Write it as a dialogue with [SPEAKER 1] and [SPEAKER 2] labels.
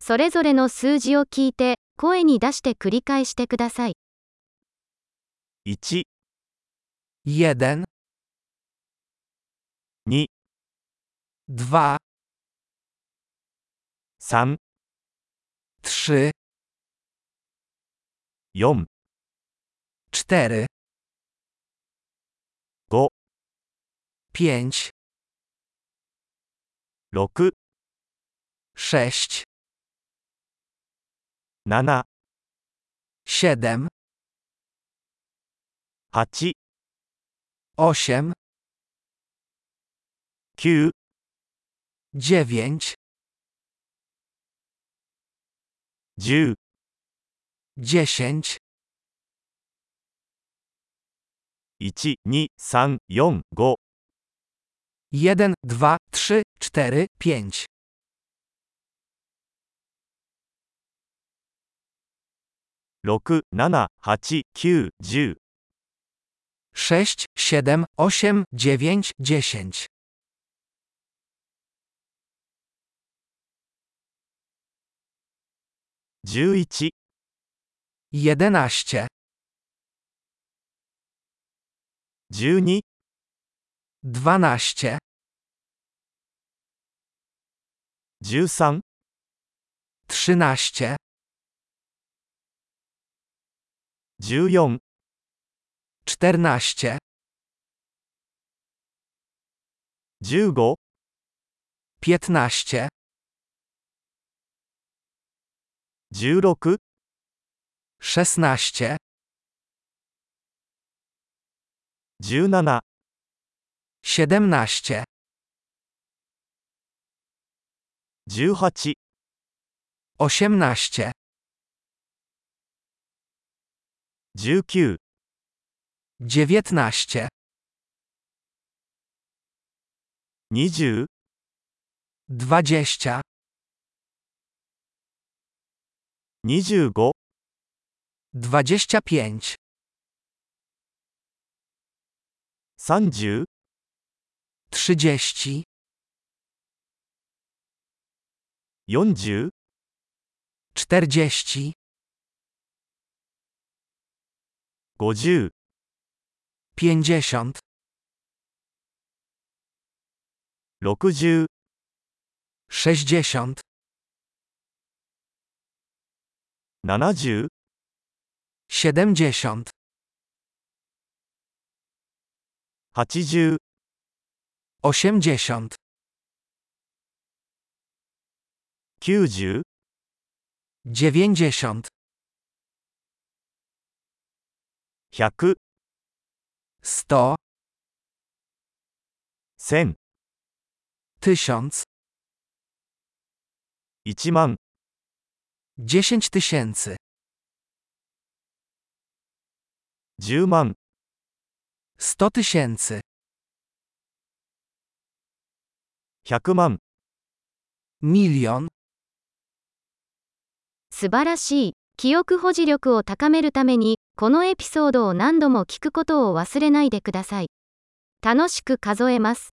[SPEAKER 1] それぞれの数字を聞いて、声に出して繰り返してください。
[SPEAKER 2] 1、
[SPEAKER 3] Jeden,
[SPEAKER 2] 2、
[SPEAKER 3] dwa,
[SPEAKER 2] 3、
[SPEAKER 3] trzy,
[SPEAKER 2] 4、
[SPEAKER 3] cztery,
[SPEAKER 2] 5、
[SPEAKER 3] pięć,
[SPEAKER 2] 6、
[SPEAKER 3] sześć,
[SPEAKER 2] 7、
[SPEAKER 3] siedem,
[SPEAKER 2] 8、
[SPEAKER 3] osiem,
[SPEAKER 2] 9、
[SPEAKER 3] dziewięć,
[SPEAKER 2] 10、
[SPEAKER 3] dziesięć,
[SPEAKER 2] 1、2、3、4、5、
[SPEAKER 3] jeden, dwa, trzy, cztery, pięć,
[SPEAKER 2] 6、7、8、9、10、
[SPEAKER 3] sześć, siedem, osiem, dziewięć, dziesięć,
[SPEAKER 2] 11、
[SPEAKER 3] jedenaście,
[SPEAKER 2] 12、
[SPEAKER 3] dwanaście,
[SPEAKER 2] 13、
[SPEAKER 3] trzynaście,
[SPEAKER 2] 14、
[SPEAKER 3] czternaście,
[SPEAKER 2] 15、
[SPEAKER 3] piętnaście,
[SPEAKER 2] 16、
[SPEAKER 3] szesnaście,
[SPEAKER 2] 17、
[SPEAKER 3] siedemnaście,
[SPEAKER 2] 18、
[SPEAKER 3] osiemnaście,
[SPEAKER 2] 19、
[SPEAKER 3] dziewiętnaście,
[SPEAKER 2] 20、
[SPEAKER 3] dwadzieścia,
[SPEAKER 2] 25、
[SPEAKER 3] dwadzieścia pięć,
[SPEAKER 2] 30、
[SPEAKER 3] trzydzieści,
[SPEAKER 2] 40、
[SPEAKER 3] czterdzieści,
[SPEAKER 2] 50、
[SPEAKER 3] pięćdziesiąt,
[SPEAKER 2] 60、
[SPEAKER 3] sześćdziesiąt,
[SPEAKER 2] 70、
[SPEAKER 3] siedemdziesiąt,
[SPEAKER 2] 80、
[SPEAKER 3] osiemdziesiąt,
[SPEAKER 2] 90、
[SPEAKER 3] dziewięćdziesiąt,
[SPEAKER 2] 100、
[SPEAKER 3] sto,
[SPEAKER 2] 1000、
[SPEAKER 3] tysiąc,
[SPEAKER 2] 1万、
[SPEAKER 3] dziesięć tysięcy,
[SPEAKER 2] 10万、
[SPEAKER 3] sto tysięcy,
[SPEAKER 2] 100万、
[SPEAKER 3] milion,
[SPEAKER 1] 素晴らしい。記憶保持力を高めるために、このエピソードを何度も聞くことを忘れないでください。楽しく数えます。